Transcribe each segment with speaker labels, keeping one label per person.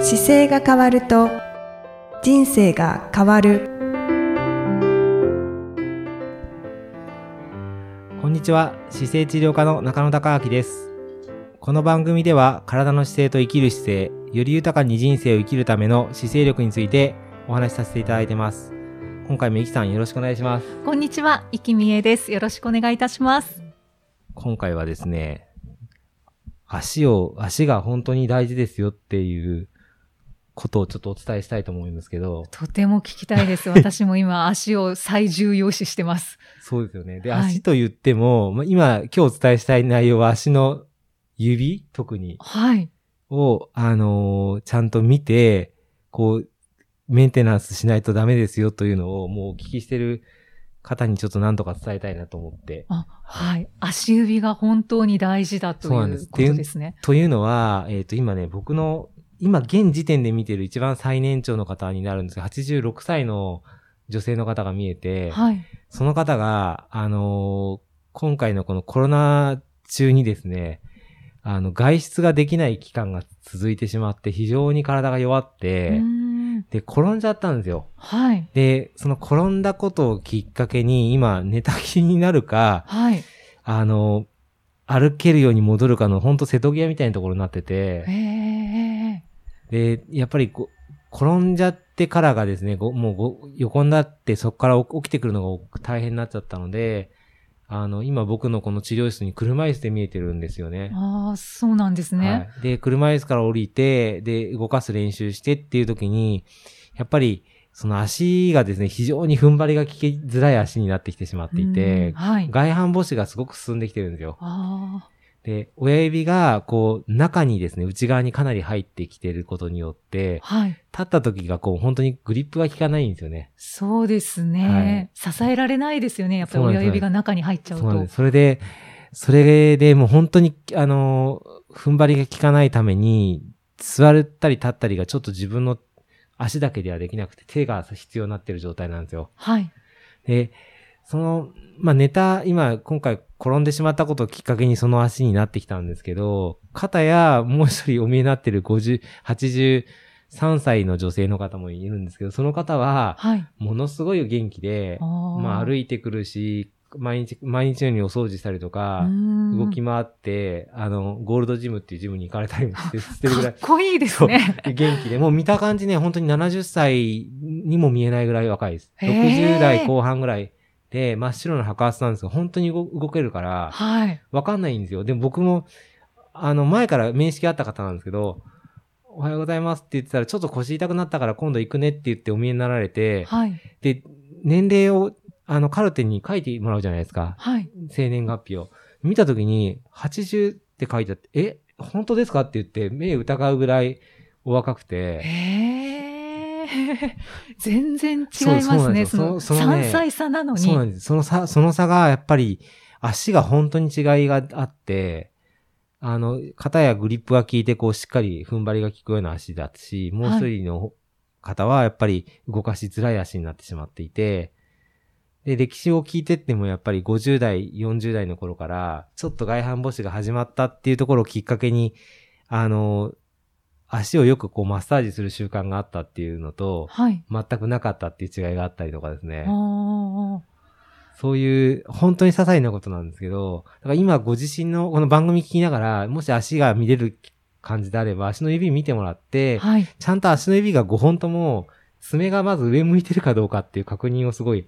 Speaker 1: 姿勢が変わると人生が変わる
Speaker 2: こんにちは姿勢治療科の中野孝明ですこの番組では体の姿勢と生きる姿勢より豊かに人生を生きるための姿勢力についてお話しさせていただいてます今回もいきさんよろしくお願いします
Speaker 3: こんにちは、いきみえです。よろしくお願いいたします。
Speaker 2: 今回はですね足を足が本当に大事ですよっていうことをちょっとお伝えしたいと思うんですけど
Speaker 3: とても聞きた いです。私も今、足を最重要視してます。
Speaker 2: そうですよね。で、
Speaker 3: はい
Speaker 2: 足と言っても、まあ今今日お伝えしたい内容は足の指特に
Speaker 3: はい。
Speaker 2: を、あのーちゃんと見て、こう、メンテナンスしないとダメですよというのをもうお聞きしてる方にちょっと何とか伝えたいなと思って。
Speaker 3: あはい。足指が本当に大事だと
Speaker 2: そうなん
Speaker 3: い
Speaker 2: です
Speaker 3: うことですね。
Speaker 2: というのは、えっ、と今ね、僕の、今現時点で見てる一番最年長の方になるんですが、86歳の女性の方が見えて、
Speaker 3: はい。
Speaker 2: その方が、あのー今回のこのコロナ中にですね、あの、外出ができない期間が続いてしまって、非常に体が弱っ
Speaker 3: う
Speaker 2: て、
Speaker 3: ーん
Speaker 2: で、転んじゃったんですよ。
Speaker 3: はい。
Speaker 2: で、その転んだことをきっかけに、今、寝たきりになるか、
Speaker 3: はい。
Speaker 2: あの、歩けるように戻るかの、ほんと瀬戸際みたいなところになってて
Speaker 3: え、え
Speaker 2: で、やっぱりこう、転んじゃってからがですね、ごもうご横になってそこから起起きてくるのが大変になっちゃったので、あの、今僕のこの治療室に車椅子で見えてるんですよね。
Speaker 3: ああ、そうなんですね。
Speaker 2: はい、で、車椅子から降りて、で、動かす練習してっていう時に、やっぱり、その足がですね、非常に踏ん張りが効きづらい足になってきてしまってい
Speaker 3: うん
Speaker 2: て、
Speaker 3: はい。
Speaker 2: 外反母趾がすごく進んできてるんですよ。
Speaker 3: あ
Speaker 2: で、親指が、こう、中にですね、内側にかなり入ってきてることによって
Speaker 3: あ、、はい。
Speaker 2: 立った時がこう本当にグリップが効かないんですよね。
Speaker 3: そうですね、支えられないですよね。やっぱり
Speaker 2: そうなん
Speaker 3: 親
Speaker 2: です
Speaker 3: 指が中に入っちゃう
Speaker 2: そうなん
Speaker 3: と
Speaker 2: です。。それで、それでもう本当に、あの、踏ん張りが効かないために、座ったり立ったりがちょっと自分の足だけではできなくて手が必要になってる状態なんですよ。
Speaker 3: はい。
Speaker 2: で、その、まあ、ネタ、今、今回転んでしまったことをきっかけにその足になってきたんですけど、肩やもう一人お見えになってる50、83歳の女性の方もいるんですけど、その方は、
Speaker 3: はい。
Speaker 2: ものすごい元気で、まあ、歩
Speaker 3: い
Speaker 2: いてくるし、毎日、毎日のようにお掃除したりとか、動
Speaker 3: 動
Speaker 2: き回って、あの、ゴールドジムっていうジムに行かれたりもしてしてるぐ
Speaker 3: からっ
Speaker 2: い。
Speaker 3: こいいですね。
Speaker 2: で元気で、もう見た感じね、本当に70歳にも見えないぐらい若いです。
Speaker 3: へー
Speaker 2: 60代後半ぐらいで、真っ白な白髪なんですけど、本当に動動けるから、
Speaker 3: はい。
Speaker 2: わかんないんですよ。でも僕も、あの、前から面識あった方なんですけど、おはようございますって言ってたら、ちょっと腰痛くなったから今度行くねって言ってお見えになられて、
Speaker 3: はい。
Speaker 2: で、年齢を、あの、カルテに書いてもらうじゃないですか。
Speaker 3: はい。
Speaker 2: 生年月日を。見たときに、80って書いてあって、え、本当ですかって言って、目疑うぐらいお若くて、
Speaker 3: ええ 全然違い
Speaker 2: そう
Speaker 3: ま
Speaker 2: そうな
Speaker 3: す
Speaker 2: んで
Speaker 3: ね。
Speaker 2: す
Speaker 3: そ
Speaker 2: よ
Speaker 3: の
Speaker 2: そそのね
Speaker 3: 3歳差なの
Speaker 2: そうな
Speaker 3: に。
Speaker 2: んです。その差、その差が、やっぱり、足が本当に違いがあって、あの、肩やグリップが効いて、こう、しっかり踏ん張りが効くような足だし、もう一人の方は、やっぱり動かしづらい足になってしまっていて、で、歴史を聞いてっても、やっぱり50代、40代の頃から、ちょっと外反母趾が始まったっていうところをきっかけに、あの、足をよくこうマッサージする習慣があったっていうのと、
Speaker 3: はい。
Speaker 2: 全くなかったっていう違いがあったりとかですね。
Speaker 3: おー
Speaker 2: そういう、本当に些細なことなんですけど、だから今ご自身のこの番組聞きながら、もし足が見れる感じであれば、足の指見てもらって、
Speaker 3: はい。
Speaker 2: ちゃんと足の指が5本とも、爪がまず上向いてるかどうかっていう確認をすごい。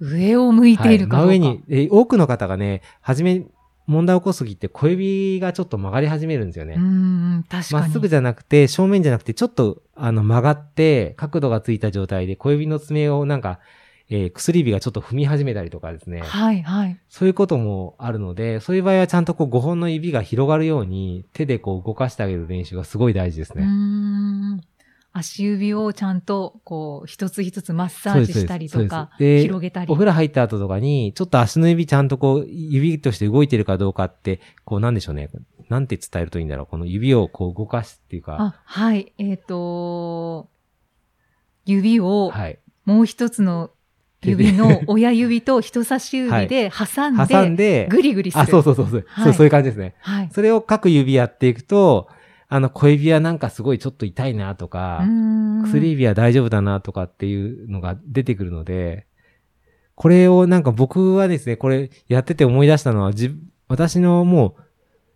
Speaker 3: 上を向いているかどうか。
Speaker 2: はい真上に、えー多くの方がね、はじめ、問題を起こす時って小指がちょっと曲がり始めるんですよね。
Speaker 3: うーん、確かに。
Speaker 2: まっすぐじゃなくて、正面じゃなくて、ちょっと、あの、曲がって、角度がついた状態で、小指の爪をなんか、えー薬指がちょっと踏み始めたりとかですね。
Speaker 3: はい、はい。
Speaker 2: そういうこともあるので、そういう場合はちゃんとこう5本の指が広がるように手でこう動かしてあげる練習がすごい大事です
Speaker 3: うー
Speaker 2: ね。
Speaker 3: ん。足指をちゃんと、こう、一つ一つマッサ
Speaker 2: そう
Speaker 3: ー
Speaker 2: です
Speaker 3: ジしたりとか、
Speaker 2: そうですで
Speaker 3: 広げたり
Speaker 2: お。風呂入った後とかに、ちょっと足の指ちゃんとこう指として動いてるかどうかって、こうなんでしょうね。なんて伝えるといいんだろう。この指をこう動かすっていうか、
Speaker 3: あ、はい。えっ、と指を、
Speaker 2: はい。
Speaker 3: もう一つの指の親指と人差し指で挟ん
Speaker 2: 挟ん
Speaker 3: で、
Speaker 2: で、
Speaker 3: ぐりぐりする。
Speaker 2: あ、そうそうそうそう、
Speaker 3: はい
Speaker 2: そう。そういう感じですね。
Speaker 3: はい。
Speaker 2: それを各指やっていくと、あの、小指はなんかすごいちょっと痛いなとか、薬
Speaker 3: 薬
Speaker 2: 指は大丈夫だなとかっていうのが出てくるので、これをなんか僕はですね、これやってて思い出したのは、自私のもう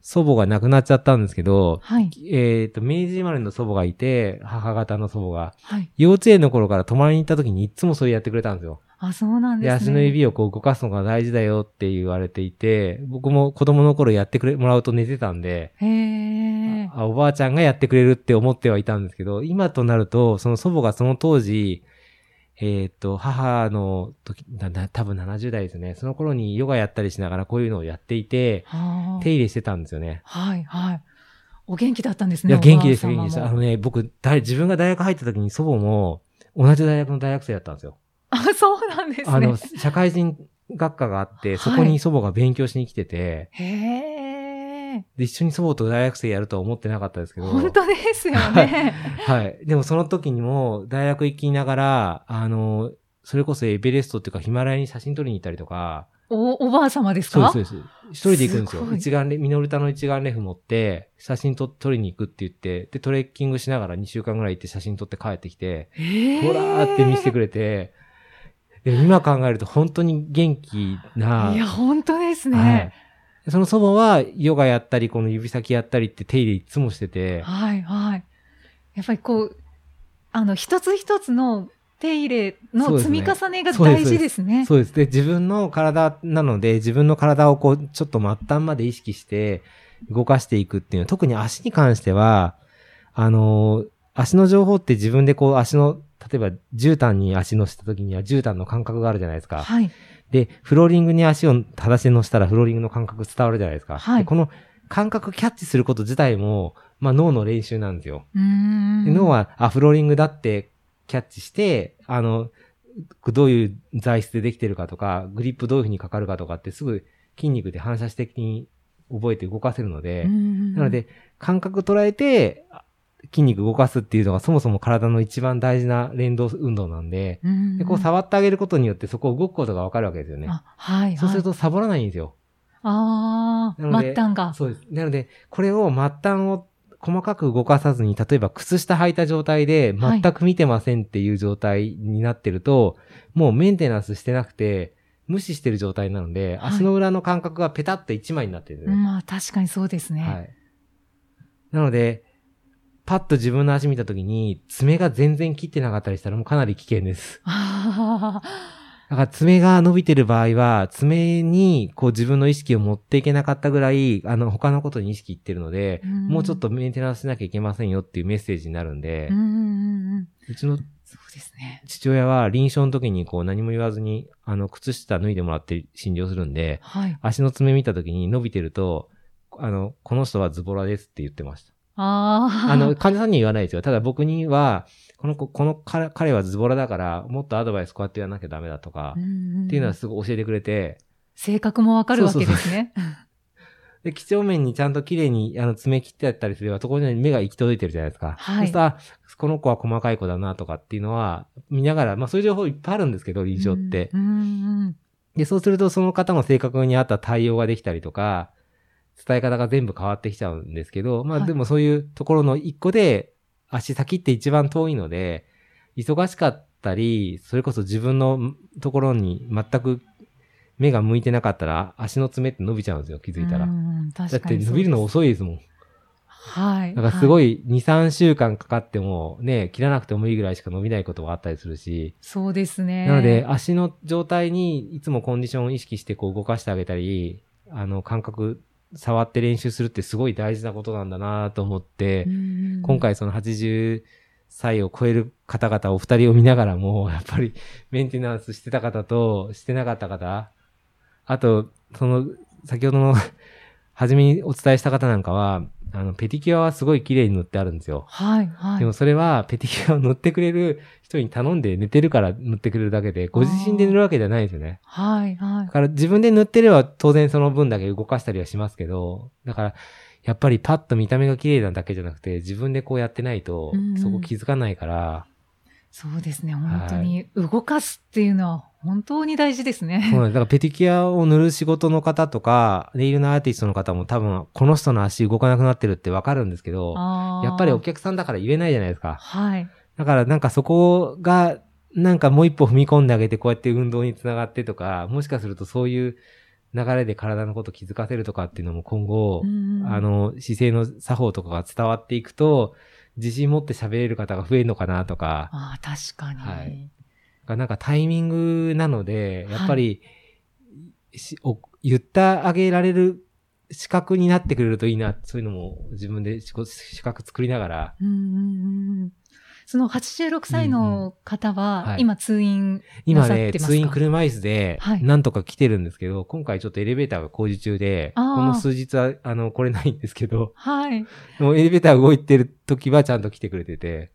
Speaker 2: 祖母が亡くなっちゃったんですけど、
Speaker 3: はい。
Speaker 2: えっ、と、明治生まれの祖母がいて、母方の祖母が、
Speaker 3: はい。
Speaker 2: 幼稚園の頃から泊まりに行った時にいつもそれやってくれたんですよ。
Speaker 3: あ、そうなん
Speaker 2: で、
Speaker 3: で
Speaker 2: 足
Speaker 3: すね。
Speaker 2: の指をこう動かすのが大事だよって言われていて、僕も子供の頃やってくれ、もらうと寝てたんで、
Speaker 3: へえ。
Speaker 2: あおばあちゃんがやってくれるって思ってはいたんですけど、今となると、その祖母がその当時、えーっと、母の時、だだ多分70代ですね。その頃にヨガやったりしながらこういうのをやっていて、
Speaker 3: はあ
Speaker 2: 手入れしてたんですよね。
Speaker 3: はい、はい。お元気だったんです
Speaker 2: い
Speaker 3: ね。
Speaker 2: や、
Speaker 3: おばあ
Speaker 2: 元気でした、
Speaker 3: 様
Speaker 2: 元気
Speaker 3: も
Speaker 2: でした。あのね、僕、大自分が大学入った時に祖母も同じ大学の大学生だったんですよ。
Speaker 3: あ、そうなんですね。
Speaker 2: あの、社会人学科があって、そこに祖母が勉強しに来てて、
Speaker 3: へえ。
Speaker 2: で、一緒に祖母と大学生やるとは思ってなかったですけど。
Speaker 3: 本当ですよね。
Speaker 2: はい。でもその時にも、大学行きながら、あの、それこそエベレストっていうかヒマラヤに写真撮りに行ったりとか、
Speaker 3: お、おばあ様です
Speaker 2: そうです、
Speaker 3: か
Speaker 2: そうです。一人で行くんですよ。
Speaker 3: すごい
Speaker 2: 一眼レフ、ミノルタの一眼レフ持って、写真と撮りに行くって言って、で、トレッキングしながら2週間ぐらい行って写真撮って帰ってきて、
Speaker 3: へえ
Speaker 2: ほらーって見せてくれて、で今考えると本当に元気な、
Speaker 3: いや、本当です
Speaker 2: はい
Speaker 3: ね。。
Speaker 2: その祖母はヨガやったり、この指先やったりって手入れいつもしてて、
Speaker 3: はい、はい。やっぱりこう、あの、一つ一つの手入れ
Speaker 2: そう
Speaker 3: の
Speaker 2: です
Speaker 3: 積
Speaker 2: ね
Speaker 3: み重ねが
Speaker 2: そうです
Speaker 3: 大事ですね。
Speaker 2: そうです。で、自分の体なので、自分の体をこう、ちょっと末端まで意識して動かしていくっていうのは、特に足に関しては、あのー足の情報って自分でこう、足の、例えば、絨毯に足乗せた時には絨毯の感覚があるじゃないですか。
Speaker 3: はい。
Speaker 2: で、フローリングに足を正して乗せたらフローリングの感覚伝わるじゃないですか。
Speaker 3: はい
Speaker 2: でこの感覚キャッチすること自体も、まあ脳の練習なんですよ。
Speaker 3: うーん。
Speaker 2: のは、あ、フローリングだってキャッチして、あの、どういう材質でできてるかとか、グリップどういうふうにかかるかとかってすぐ筋肉で反射的に覚えて動かせるので、な
Speaker 3: な
Speaker 2: の、で感覚捉えてあ筋肉動かすっていうのがそもそも体の一番大事な連動運動なんで、でこう
Speaker 3: っ
Speaker 2: 触ってあげることによってそこを動くことがわかるわけですよね。
Speaker 3: あ、はい、はい。
Speaker 2: そうするとサボらないんですよ。
Speaker 3: ああ、
Speaker 2: なので
Speaker 3: 末端が。
Speaker 2: そうです。なので、これを末端を細かく動かさずに、例えば靴下履いた状態で
Speaker 3: はい
Speaker 2: 全く見てませんっていう状態になってると、もうメンテナンスしてなくて、無視してる状態なので、
Speaker 3: はい
Speaker 2: 足の裏の感覚がペタッと1枚になってるんですね。
Speaker 3: まあ、確かにそうですね。
Speaker 2: はい。なので、パッと自分の足見た時に、爪が全然切ってなかったりしたらもうかなり危険です。
Speaker 3: ああ、
Speaker 2: だから爪が伸びてる場合は、爪にこう自分の意識を持っていけなかったぐらい、あの他のことに意識いってるの で、もうちょっとメンテナンスしなきゃいけませんよっていうメッセージになるんで
Speaker 3: うん。う、んうんうん。
Speaker 2: うちの
Speaker 3: そうですね。
Speaker 2: 父親は臨床の時にこう何も言わずに、あの、靴下脱いでもらって診療するんで、
Speaker 3: はい。
Speaker 2: 足の爪見た時に伸びてると、あの、この人はズボラですって言ってました。
Speaker 3: ああ。
Speaker 2: あの、、患者さんには言わないですよ。ただ僕には、この子、この彼彼はズボラだから、もっとアドバイスこうやってやらなきゃダメだとか、っていうのはすごい教えてくれて、
Speaker 3: 性格もわかるわけですね。
Speaker 2: で、几帳面にちゃんと綺麗に、あの、爪切ってやったりすれば、そこに目が行き届いてるじゃないですか。
Speaker 3: は
Speaker 2: そうす
Speaker 3: い
Speaker 2: るとあこの子は細かい子だなとかっていうのは、見ながら、まあそういう情報いっぱいあるんですけど、臨床って。
Speaker 3: うんうんうん。
Speaker 2: で、そうすると、その方の性格に合った対応ができたりとか、伝え方が全部変わってきちゃうんですけど、ま
Speaker 3: は
Speaker 2: あ
Speaker 3: い
Speaker 2: でもそういうところの一個で、足先って一番遠いので、忙しかったり、それこそ自分のところに全く目が向いてなかったら、足の爪って伸びちゃうんですよ、気づいたら。
Speaker 3: うんうん
Speaker 2: だ
Speaker 3: 確
Speaker 2: っ
Speaker 3: か
Speaker 2: て
Speaker 3: に。
Speaker 2: 伸びるの。遅いですもん。
Speaker 3: はい。
Speaker 2: だからすご
Speaker 3: はい。
Speaker 2: い2、3週間かかってもね、切らなくてもいいぐらいしか伸びないことがあったりするし、
Speaker 3: そうですね。
Speaker 2: なので、足の状態にいつもコンディションを意識してこう動かしてあげたり、あの感覚触って練習するってすごい大事なことなんだなと思って、
Speaker 3: うん
Speaker 2: 今回その80歳を超える方々お二人を見ながらも、 やっぱりメンテナンスしてた方としてなかった方、あと、その、先ほどの、初めにお伝えした方なんかは、あの、ペティキュアはすごい綺麗に塗ってあるんですよ。
Speaker 3: はい、はい。
Speaker 2: でもそれは、ペティキュアを塗ってくれる人に頼んで寝てるから塗ってくれるだけで、ご自身で塗るわけじゃないですよね。
Speaker 3: はい、はい
Speaker 2: だ。から自分で塗ってれば当然その分だけ動かしたりはしますけど、だからやっぱりパッと見た目が綺麗なだけじゃなくて自分でこうやってないと
Speaker 3: うんうん
Speaker 2: そこ気づかないから、
Speaker 3: そうですね。本当に動かすっていうのは本当に大事です
Speaker 2: そう
Speaker 3: ね。
Speaker 2: なんです。だからペティキュアを塗る仕事の方とか、ネイルのアーティストの方も多分、この人の足動かなくなってるってわかるんですけど、
Speaker 3: あー
Speaker 2: やっぱりお客さんだから言えないじゃないですか。
Speaker 3: はい。
Speaker 2: だからなんかそこが、なんかもう一歩踏み込んであげて、こうやって運動につながってとか、もしかするとそういう流れで体のこと気づかせるとかっていうのも今後、
Speaker 3: うんうん
Speaker 2: あの、姿勢の作法とかが伝わっていくと、自信持って喋れる方が増えるのかなとか、
Speaker 3: あー確かに。
Speaker 2: はいがなんかタイミングなので、やっぱり、しお言ってあげられる資格になってくれるといいな、そういうのも自分で資資格作りながら、
Speaker 3: うんうんうんその86歳の方
Speaker 2: うんうん
Speaker 3: は
Speaker 2: は、い
Speaker 3: 今通院、
Speaker 2: 今
Speaker 3: なさっ
Speaker 2: ね、
Speaker 3: てますか
Speaker 2: 通院車椅子で
Speaker 3: は、い
Speaker 2: なんとか来てるんですけど、今回ちょっとエレベーターが工事中で、こ
Speaker 3: あー
Speaker 2: の数日は、あの、来れないんですけど、
Speaker 3: はい。
Speaker 2: でもエレベーター動いてる時はちゃんと来てくれてて、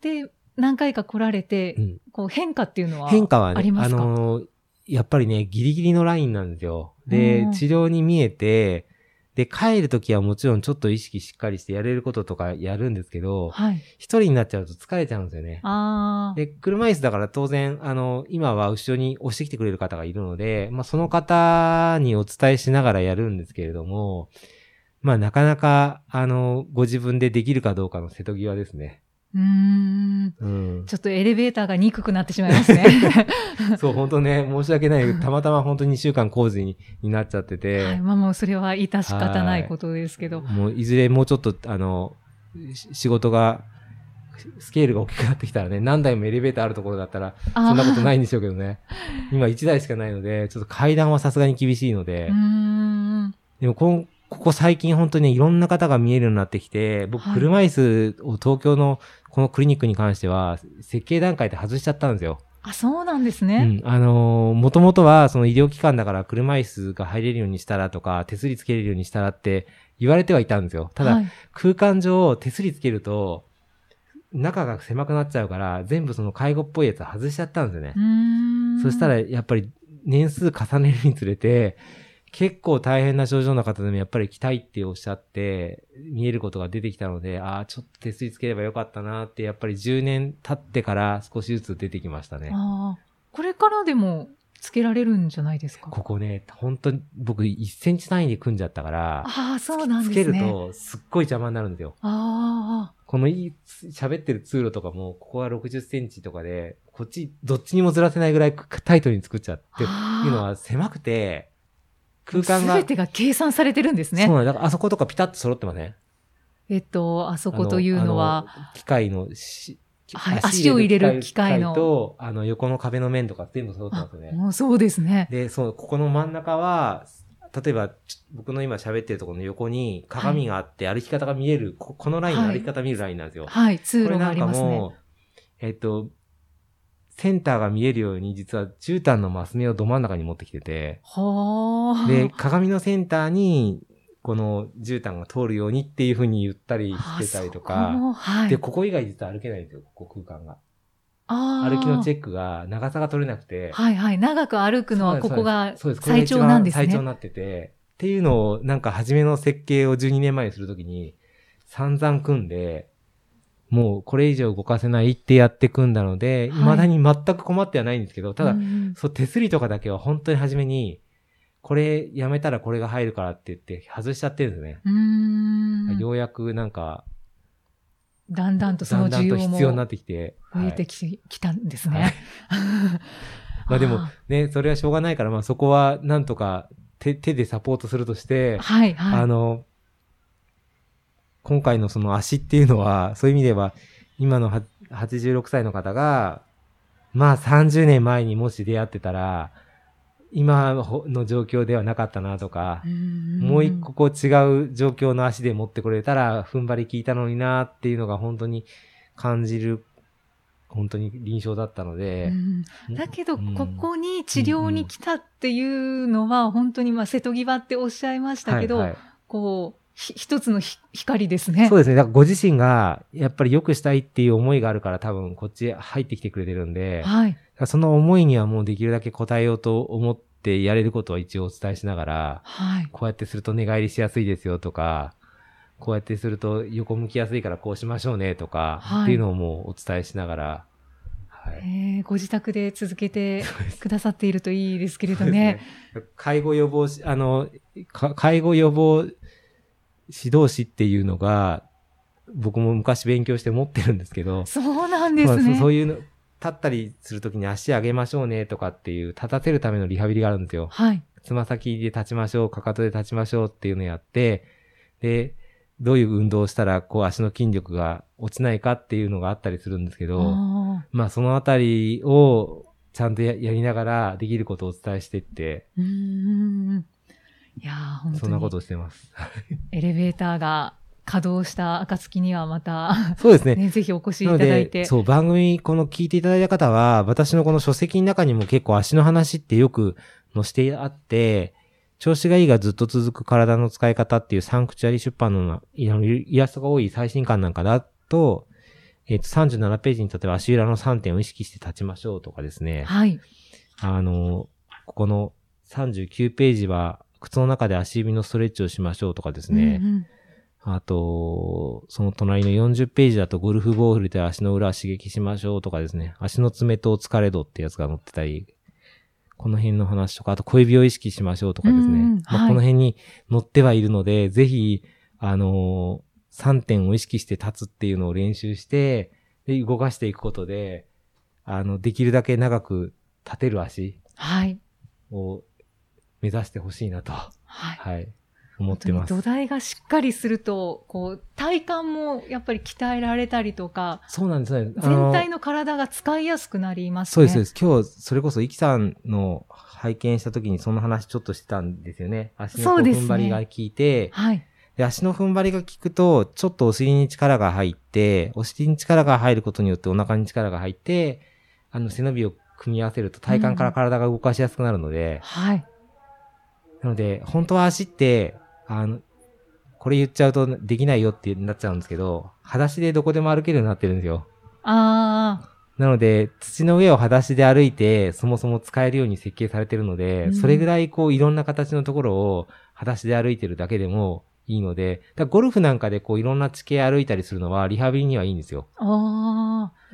Speaker 3: で、何回か来られて、
Speaker 2: うん
Speaker 3: こう変化っていうのは。
Speaker 2: 変化は
Speaker 3: あ
Speaker 2: ね
Speaker 3: り、
Speaker 2: あ
Speaker 3: ますか
Speaker 2: のー、やっぱりね、ギリギリのラインなんですよ。で
Speaker 3: うん、
Speaker 2: 治療に見えて、で、帰る時はもちろんちょっと意識しっかりしてやれることとかやるんですけど、
Speaker 3: はい。
Speaker 2: 一人になっちゃうと疲れちゃうんですよね。
Speaker 3: ああ。
Speaker 2: で、車椅子だから当然、あの、今は後ろに押してきてくれる方がいるので、まあ、その方にお伝えしながらやるんですけれども、まあ、なかなか、あの、ご自分でできるかどうかの瀬戸際ですね。
Speaker 3: うーん。
Speaker 2: うん。
Speaker 3: ちょっとエレベーターが憎くなってしまいます ね。
Speaker 2: そう、本当ね、申し訳ない。たまたま本当に2週間工事にになっちゃってて、
Speaker 3: はい、まあもうそれは致し方ないことですけど。
Speaker 2: もう、いずれもうちょっと、あの、し仕事が、スケールが大きくなってきたらね、何台もエレベーターあるところだったら、
Speaker 3: あ。
Speaker 2: そんなことないいんでしょうけどね。今1台しかないので、ちょっと階段はさすがに厳しいの
Speaker 3: う
Speaker 2: で
Speaker 3: ー、ん。
Speaker 2: でもこんここ最近本当にねいろんな方が見えるようになってきて、僕
Speaker 3: はい
Speaker 2: 車椅子を東京のこのクリニックに関しては、設計段階で外しちゃったんですよ。
Speaker 3: あ、そうなんです
Speaker 2: う
Speaker 3: ね。
Speaker 2: ん。あのー、もともとはその医療機関だから車椅子が入れるようにしたらとか、手すりつけれるようにしたらって言われてはいたんですよ。ただ、
Speaker 3: はい、
Speaker 2: 空間上手すりつけると、中が狭くなっちゃうから、全部その介護っぽいやつ外しちゃったんですよね。
Speaker 3: うーん
Speaker 2: そしたら、やっぱり年数重ねるにつれて、結構大変な症状の方でもやっぱり来たいっておっしゃって、見えることが出てきたので、ああ、ちょっと手すりつければよかったなって、やっぱり10年経ってから少しずつ出てきましたね。
Speaker 3: ああ。これからでもつけられるんじゃないですか。
Speaker 2: ここね、本当に僕1センチ単位で組んじゃったから、
Speaker 3: ああ、そうなん
Speaker 2: つ
Speaker 3: で
Speaker 2: け
Speaker 3: す
Speaker 2: る
Speaker 3: ね。
Speaker 2: とすっごい邪魔になるんですよ。
Speaker 3: あ
Speaker 2: このいい、喋ってる通路とかも、ここは60センチとかで、こっち、どっちにもずらせないぐらいタイトに作っちゃって、
Speaker 3: あ。ああ
Speaker 2: いうのは狭くて、空間が
Speaker 3: 全。てが計算されてるんですね
Speaker 2: そう。なんだ。だからあそことかピタッと揃ってません
Speaker 3: えっと、あそこというのは、。
Speaker 2: あのあの機械のし、
Speaker 3: はい
Speaker 2: 足を入れる
Speaker 3: 足を入れる機械の
Speaker 2: と、あの、横の壁の面とか全部揃ってますよね。
Speaker 3: もうそうですね。
Speaker 2: で、そう、ここの真ん中は、例えば、ち僕の今喋ってるところの横に鏡があって、歩き方が見える、ここのラインの
Speaker 3: は
Speaker 2: 歩
Speaker 3: い
Speaker 2: き方見えるラインなんですよ。
Speaker 3: はい、通
Speaker 2: こ
Speaker 3: 路
Speaker 2: れ
Speaker 3: が
Speaker 2: な
Speaker 3: あ
Speaker 2: ん
Speaker 3: り
Speaker 2: か
Speaker 3: ますね。
Speaker 2: もう、えっと、センターが見えるように、実は絨毯のマス目をど真ん中に持ってきてて、
Speaker 3: ほー。
Speaker 2: で、鏡のセンターに、この絨毯が通るようにっていう風に言ったりしてたりと
Speaker 3: あそこ
Speaker 2: か、
Speaker 3: もはい、
Speaker 2: で、ここ以外実は歩けないんですよ、ここ空間が。
Speaker 3: あ
Speaker 2: 歩きのチ
Speaker 3: ェッ
Speaker 2: ェックが長さが取れなくて、
Speaker 3: はいはい。長く歩くのは
Speaker 2: そ
Speaker 3: こ
Speaker 2: う
Speaker 3: こが
Speaker 2: そうです、これが
Speaker 3: 最
Speaker 2: 一
Speaker 3: 長
Speaker 2: 番
Speaker 3: なんです
Speaker 2: 最長に
Speaker 3: ね。
Speaker 2: なってて、っていうのを、なんか初めの設計を12年前にするときに、散々組んで、もうこれ以上動かせないってやって組んだので、
Speaker 3: はい
Speaker 2: 未だに全く困ってはないんですけど、ただ
Speaker 3: うんう、ん
Speaker 2: そう、手すりとかだけは本当に初めに、これやめたらこれが入るからって言って外しちゃってるんですね。
Speaker 3: うーん
Speaker 2: ようやくなんか、
Speaker 3: だんだんとそ
Speaker 2: だ
Speaker 3: の
Speaker 2: んだ
Speaker 3: 需
Speaker 2: んと
Speaker 3: 要も
Speaker 2: 必要になってきて。
Speaker 3: 増え
Speaker 2: は
Speaker 3: て
Speaker 2: い
Speaker 3: き,、きたんです
Speaker 2: は
Speaker 3: ね
Speaker 2: い。まあでもね、それはしょうがないから、まあそこはなんとか手手でサポートするとして
Speaker 3: ー、はいはい。
Speaker 2: あの、今回のその足っていうのは、そういう意味では、今のは86歳の方が、まあ30年前にもし出会ってたら、今の状況ではなかったなとか、も
Speaker 3: も
Speaker 2: う一個こう違う状況の足で持ってこれたら、踏ん張り効いたのになっていうのが本当に感じる、本当に臨床だったので、
Speaker 3: だけ
Speaker 2: う
Speaker 3: ど、
Speaker 2: ん
Speaker 3: ここに治療に来たっていうのは、本当に、まあ、瀬戸際っておっしゃいましたけど、
Speaker 2: はいはい
Speaker 3: こう、ひ一つのひ光ですね。
Speaker 2: そうですね。だからご自身が、やっぱり良くしたいっていう思いがあるから多分こっちへ入ってきてくれてるんで、
Speaker 3: はい。
Speaker 2: その思いにはもうできるだけ応えようと思ってやれることは一応お伝えしながら、
Speaker 3: はい。
Speaker 2: こうやってすると寝返りしやすいですよとか、こうやってすると横向きやすいからこうしましょうねとか、
Speaker 3: はい
Speaker 2: っていうのをもうお伝えしながら、ははい。
Speaker 3: えーご自宅で続けて
Speaker 2: そうです
Speaker 3: くださっているといいですけれど
Speaker 2: そうです
Speaker 3: ね
Speaker 2: ね。 介護予防し、あの、か介護予防指導士っていうのが、僕も昔勉強して持ってるんですけど、
Speaker 3: そうなんです
Speaker 2: まあそ
Speaker 3: ね。
Speaker 2: そういうの、立ったりするときに足上げましょうねとかっていう、立たせるためのリハビリがあるんですよ。
Speaker 3: はい。
Speaker 2: つま先で立ちましょう、かかとで立ちましょうっていうのをやって、で、どういう運動をしたら、こう足の筋力が落ちないかっていうのがあったりするんですけど、
Speaker 3: あ
Speaker 2: まあそのあたりをちゃんとややりながらできることをお伝えしていって、
Speaker 3: ーうーん。いやー本
Speaker 2: そんなこ
Speaker 3: 当
Speaker 2: と
Speaker 3: に
Speaker 2: をしてます。
Speaker 3: エレベーターが稼働した暁にはまた、
Speaker 2: そうですね。
Speaker 3: ね、ぜひお越しい
Speaker 2: なの
Speaker 3: ただい
Speaker 2: で、
Speaker 3: て。
Speaker 2: そう、番組、この聞いていただいた方は、私のこの書籍の中にも結構足の話ってよく載せてあって、調子がいいがずっと続く体の使い方っていうサンクチュアリ出版のなイライラストが多い最新刊なんかだと、えっ、と、37ページに例えば足裏の3点を意識して立ちましょうとかですね、
Speaker 3: はい。
Speaker 2: あの、ここの39ページは、靴の中で足指のストレッチをしましょうとかですね、
Speaker 3: うんうん
Speaker 2: あと、その隣の40ページだとゴルフボールで足の裏を刺激しましょうとかですね。足の爪と疲れ度ってやつが載ってたり、この辺の話とか、あと小指を意識しましょうとかですね。
Speaker 3: うんうん
Speaker 2: ま
Speaker 3: は
Speaker 2: あ、
Speaker 3: い
Speaker 2: この辺に載ってはいるので、ぜひ、あのー3点を意識して立つっていうのを練習して、で動かしていくことで、あの、できるだけ長く立てる足
Speaker 3: はい。
Speaker 2: を目指してほしいなと、
Speaker 3: はい。
Speaker 2: はい、思っ
Speaker 3: 本当
Speaker 2: て
Speaker 3: に
Speaker 2: ます
Speaker 3: 土。台がしっかりすると、こう、体幹もやっぱり鍛えられたりとか、
Speaker 2: そうなんですね。あの
Speaker 3: 全体の体が使いやすくなりますね。
Speaker 2: そうです、そうです。今日、それこそ、イキさんの拝見した時に、その話ちょっとしてたんですよね。足の
Speaker 3: そ
Speaker 2: こ
Speaker 3: う
Speaker 2: う
Speaker 3: です
Speaker 2: 踏
Speaker 3: ね
Speaker 2: ん張りが効いて、
Speaker 3: はい。
Speaker 2: で足の踏ん張りが効くと、ちょっとお尻に力が入って、お尻に力が入ることによってお腹に力が入って、あの、背伸びを組み合わせると体幹から体が動かしやすくなるので、
Speaker 3: はい。
Speaker 2: なので、本当は足って、あの、これ言っちゃうとできないよってなっちゃうんですけど、裸足でどこでも歩けるようになってるんですよ。
Speaker 3: あ
Speaker 2: なので、土の上を裸足で歩いて、そもそも使えるように設計されてるので、
Speaker 3: うん
Speaker 2: それぐらいこう、いろんな形のところを裸足で歩いてるだけでもいいので、だからゴルフなんかでこう、いろんな地形歩いたりするのは、リハビリにはいいんですよ。
Speaker 3: あ、ああ。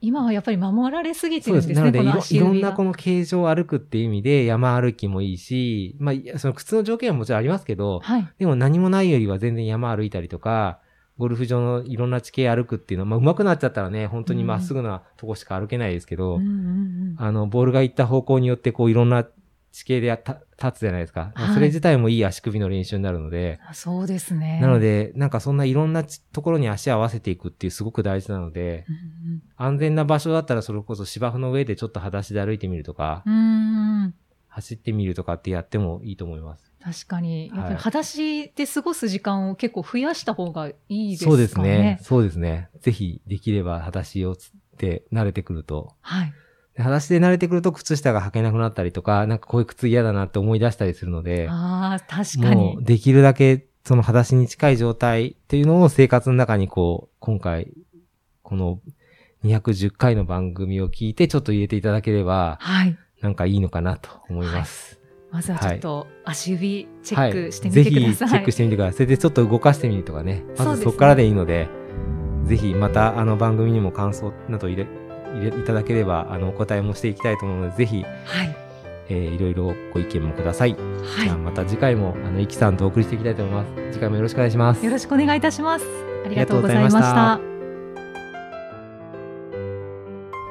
Speaker 3: 今はやっぱり守られすぎて
Speaker 2: そうで
Speaker 3: るん
Speaker 2: す。
Speaker 3: です
Speaker 2: なの
Speaker 3: ね、
Speaker 2: でい
Speaker 3: この
Speaker 2: ろ、
Speaker 3: 足
Speaker 2: いろん
Speaker 3: 指が
Speaker 2: なこの形状を歩くっていう意味で、山歩きもいいし、まあいや、その靴の条件はもちろんありますけど、
Speaker 3: はい。
Speaker 2: でも何もないよりは全然山歩いたりとか、ゴルフ場のいろんな地形歩くっていうのは、まあ、上手くなっちゃったらね、本当にまっすぐなとこしか歩けないですけど、
Speaker 3: うんうんうん
Speaker 2: あの、ボールが行った方向によって、こう、いろんな地形でやった立つじゃないですか。
Speaker 3: はい
Speaker 2: それ自体もいい足首の練習になるので、
Speaker 3: あそうですね。
Speaker 2: なので、なんかそんないろんなちところに足合わせていくっていうすごく大事なので、
Speaker 3: うん
Speaker 2: 安全な場所だったらそれこそ芝生の上でちょっと裸足で歩いてみるとか、
Speaker 3: うん、うんうん。
Speaker 2: 走ってみるとかってやってもいいと思います。
Speaker 3: 確かに、やっぱ
Speaker 2: は
Speaker 3: り
Speaker 2: い
Speaker 3: 裸足で過ごす時間を結構増やした方がいいですかね。
Speaker 2: そうですね。。そうですね。ぜひできれば裸足をつって慣れてくると。
Speaker 3: はい。
Speaker 2: で裸足で慣れてくると靴下が履けなくなったりとか、なんかこういう靴嫌だなって思い出したりするので、
Speaker 3: ああ、確か
Speaker 2: も
Speaker 3: に
Speaker 2: う。できるだけその裸足に近い状態っていうのを生活の中にこう、今回、この210回の番組を聞いてちょっと入れていただければ、
Speaker 3: はい。
Speaker 2: なんかいいのかなと思います。
Speaker 3: まずはちょっと足指チェ
Speaker 2: はい。
Speaker 3: ックしてみてくださ
Speaker 2: ぜ
Speaker 3: い。
Speaker 2: ひチェックしてみてください。それでちょっと動かしてみるとかね。
Speaker 3: そう
Speaker 2: ま
Speaker 3: です
Speaker 2: ず
Speaker 3: ね
Speaker 2: そこからでいいので、ぜひまたあの番組にも感想など入れ、入れいただければ、あの、お答えもしていきたいと思うので、ぜひ、
Speaker 3: はい。
Speaker 2: えーいろいろご意見もください。じゃあ
Speaker 3: は
Speaker 2: また次回も、あの、いきさんとお送りしていきたいと思います。次回もよろしくお願いします
Speaker 3: い。よ。ろしくお願いいたします。ありがとうござい
Speaker 2: あ
Speaker 3: ま
Speaker 2: りがとうございま
Speaker 3: し
Speaker 2: した
Speaker 3: た。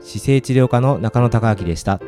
Speaker 2: 姿勢治療科の中野孝明でした。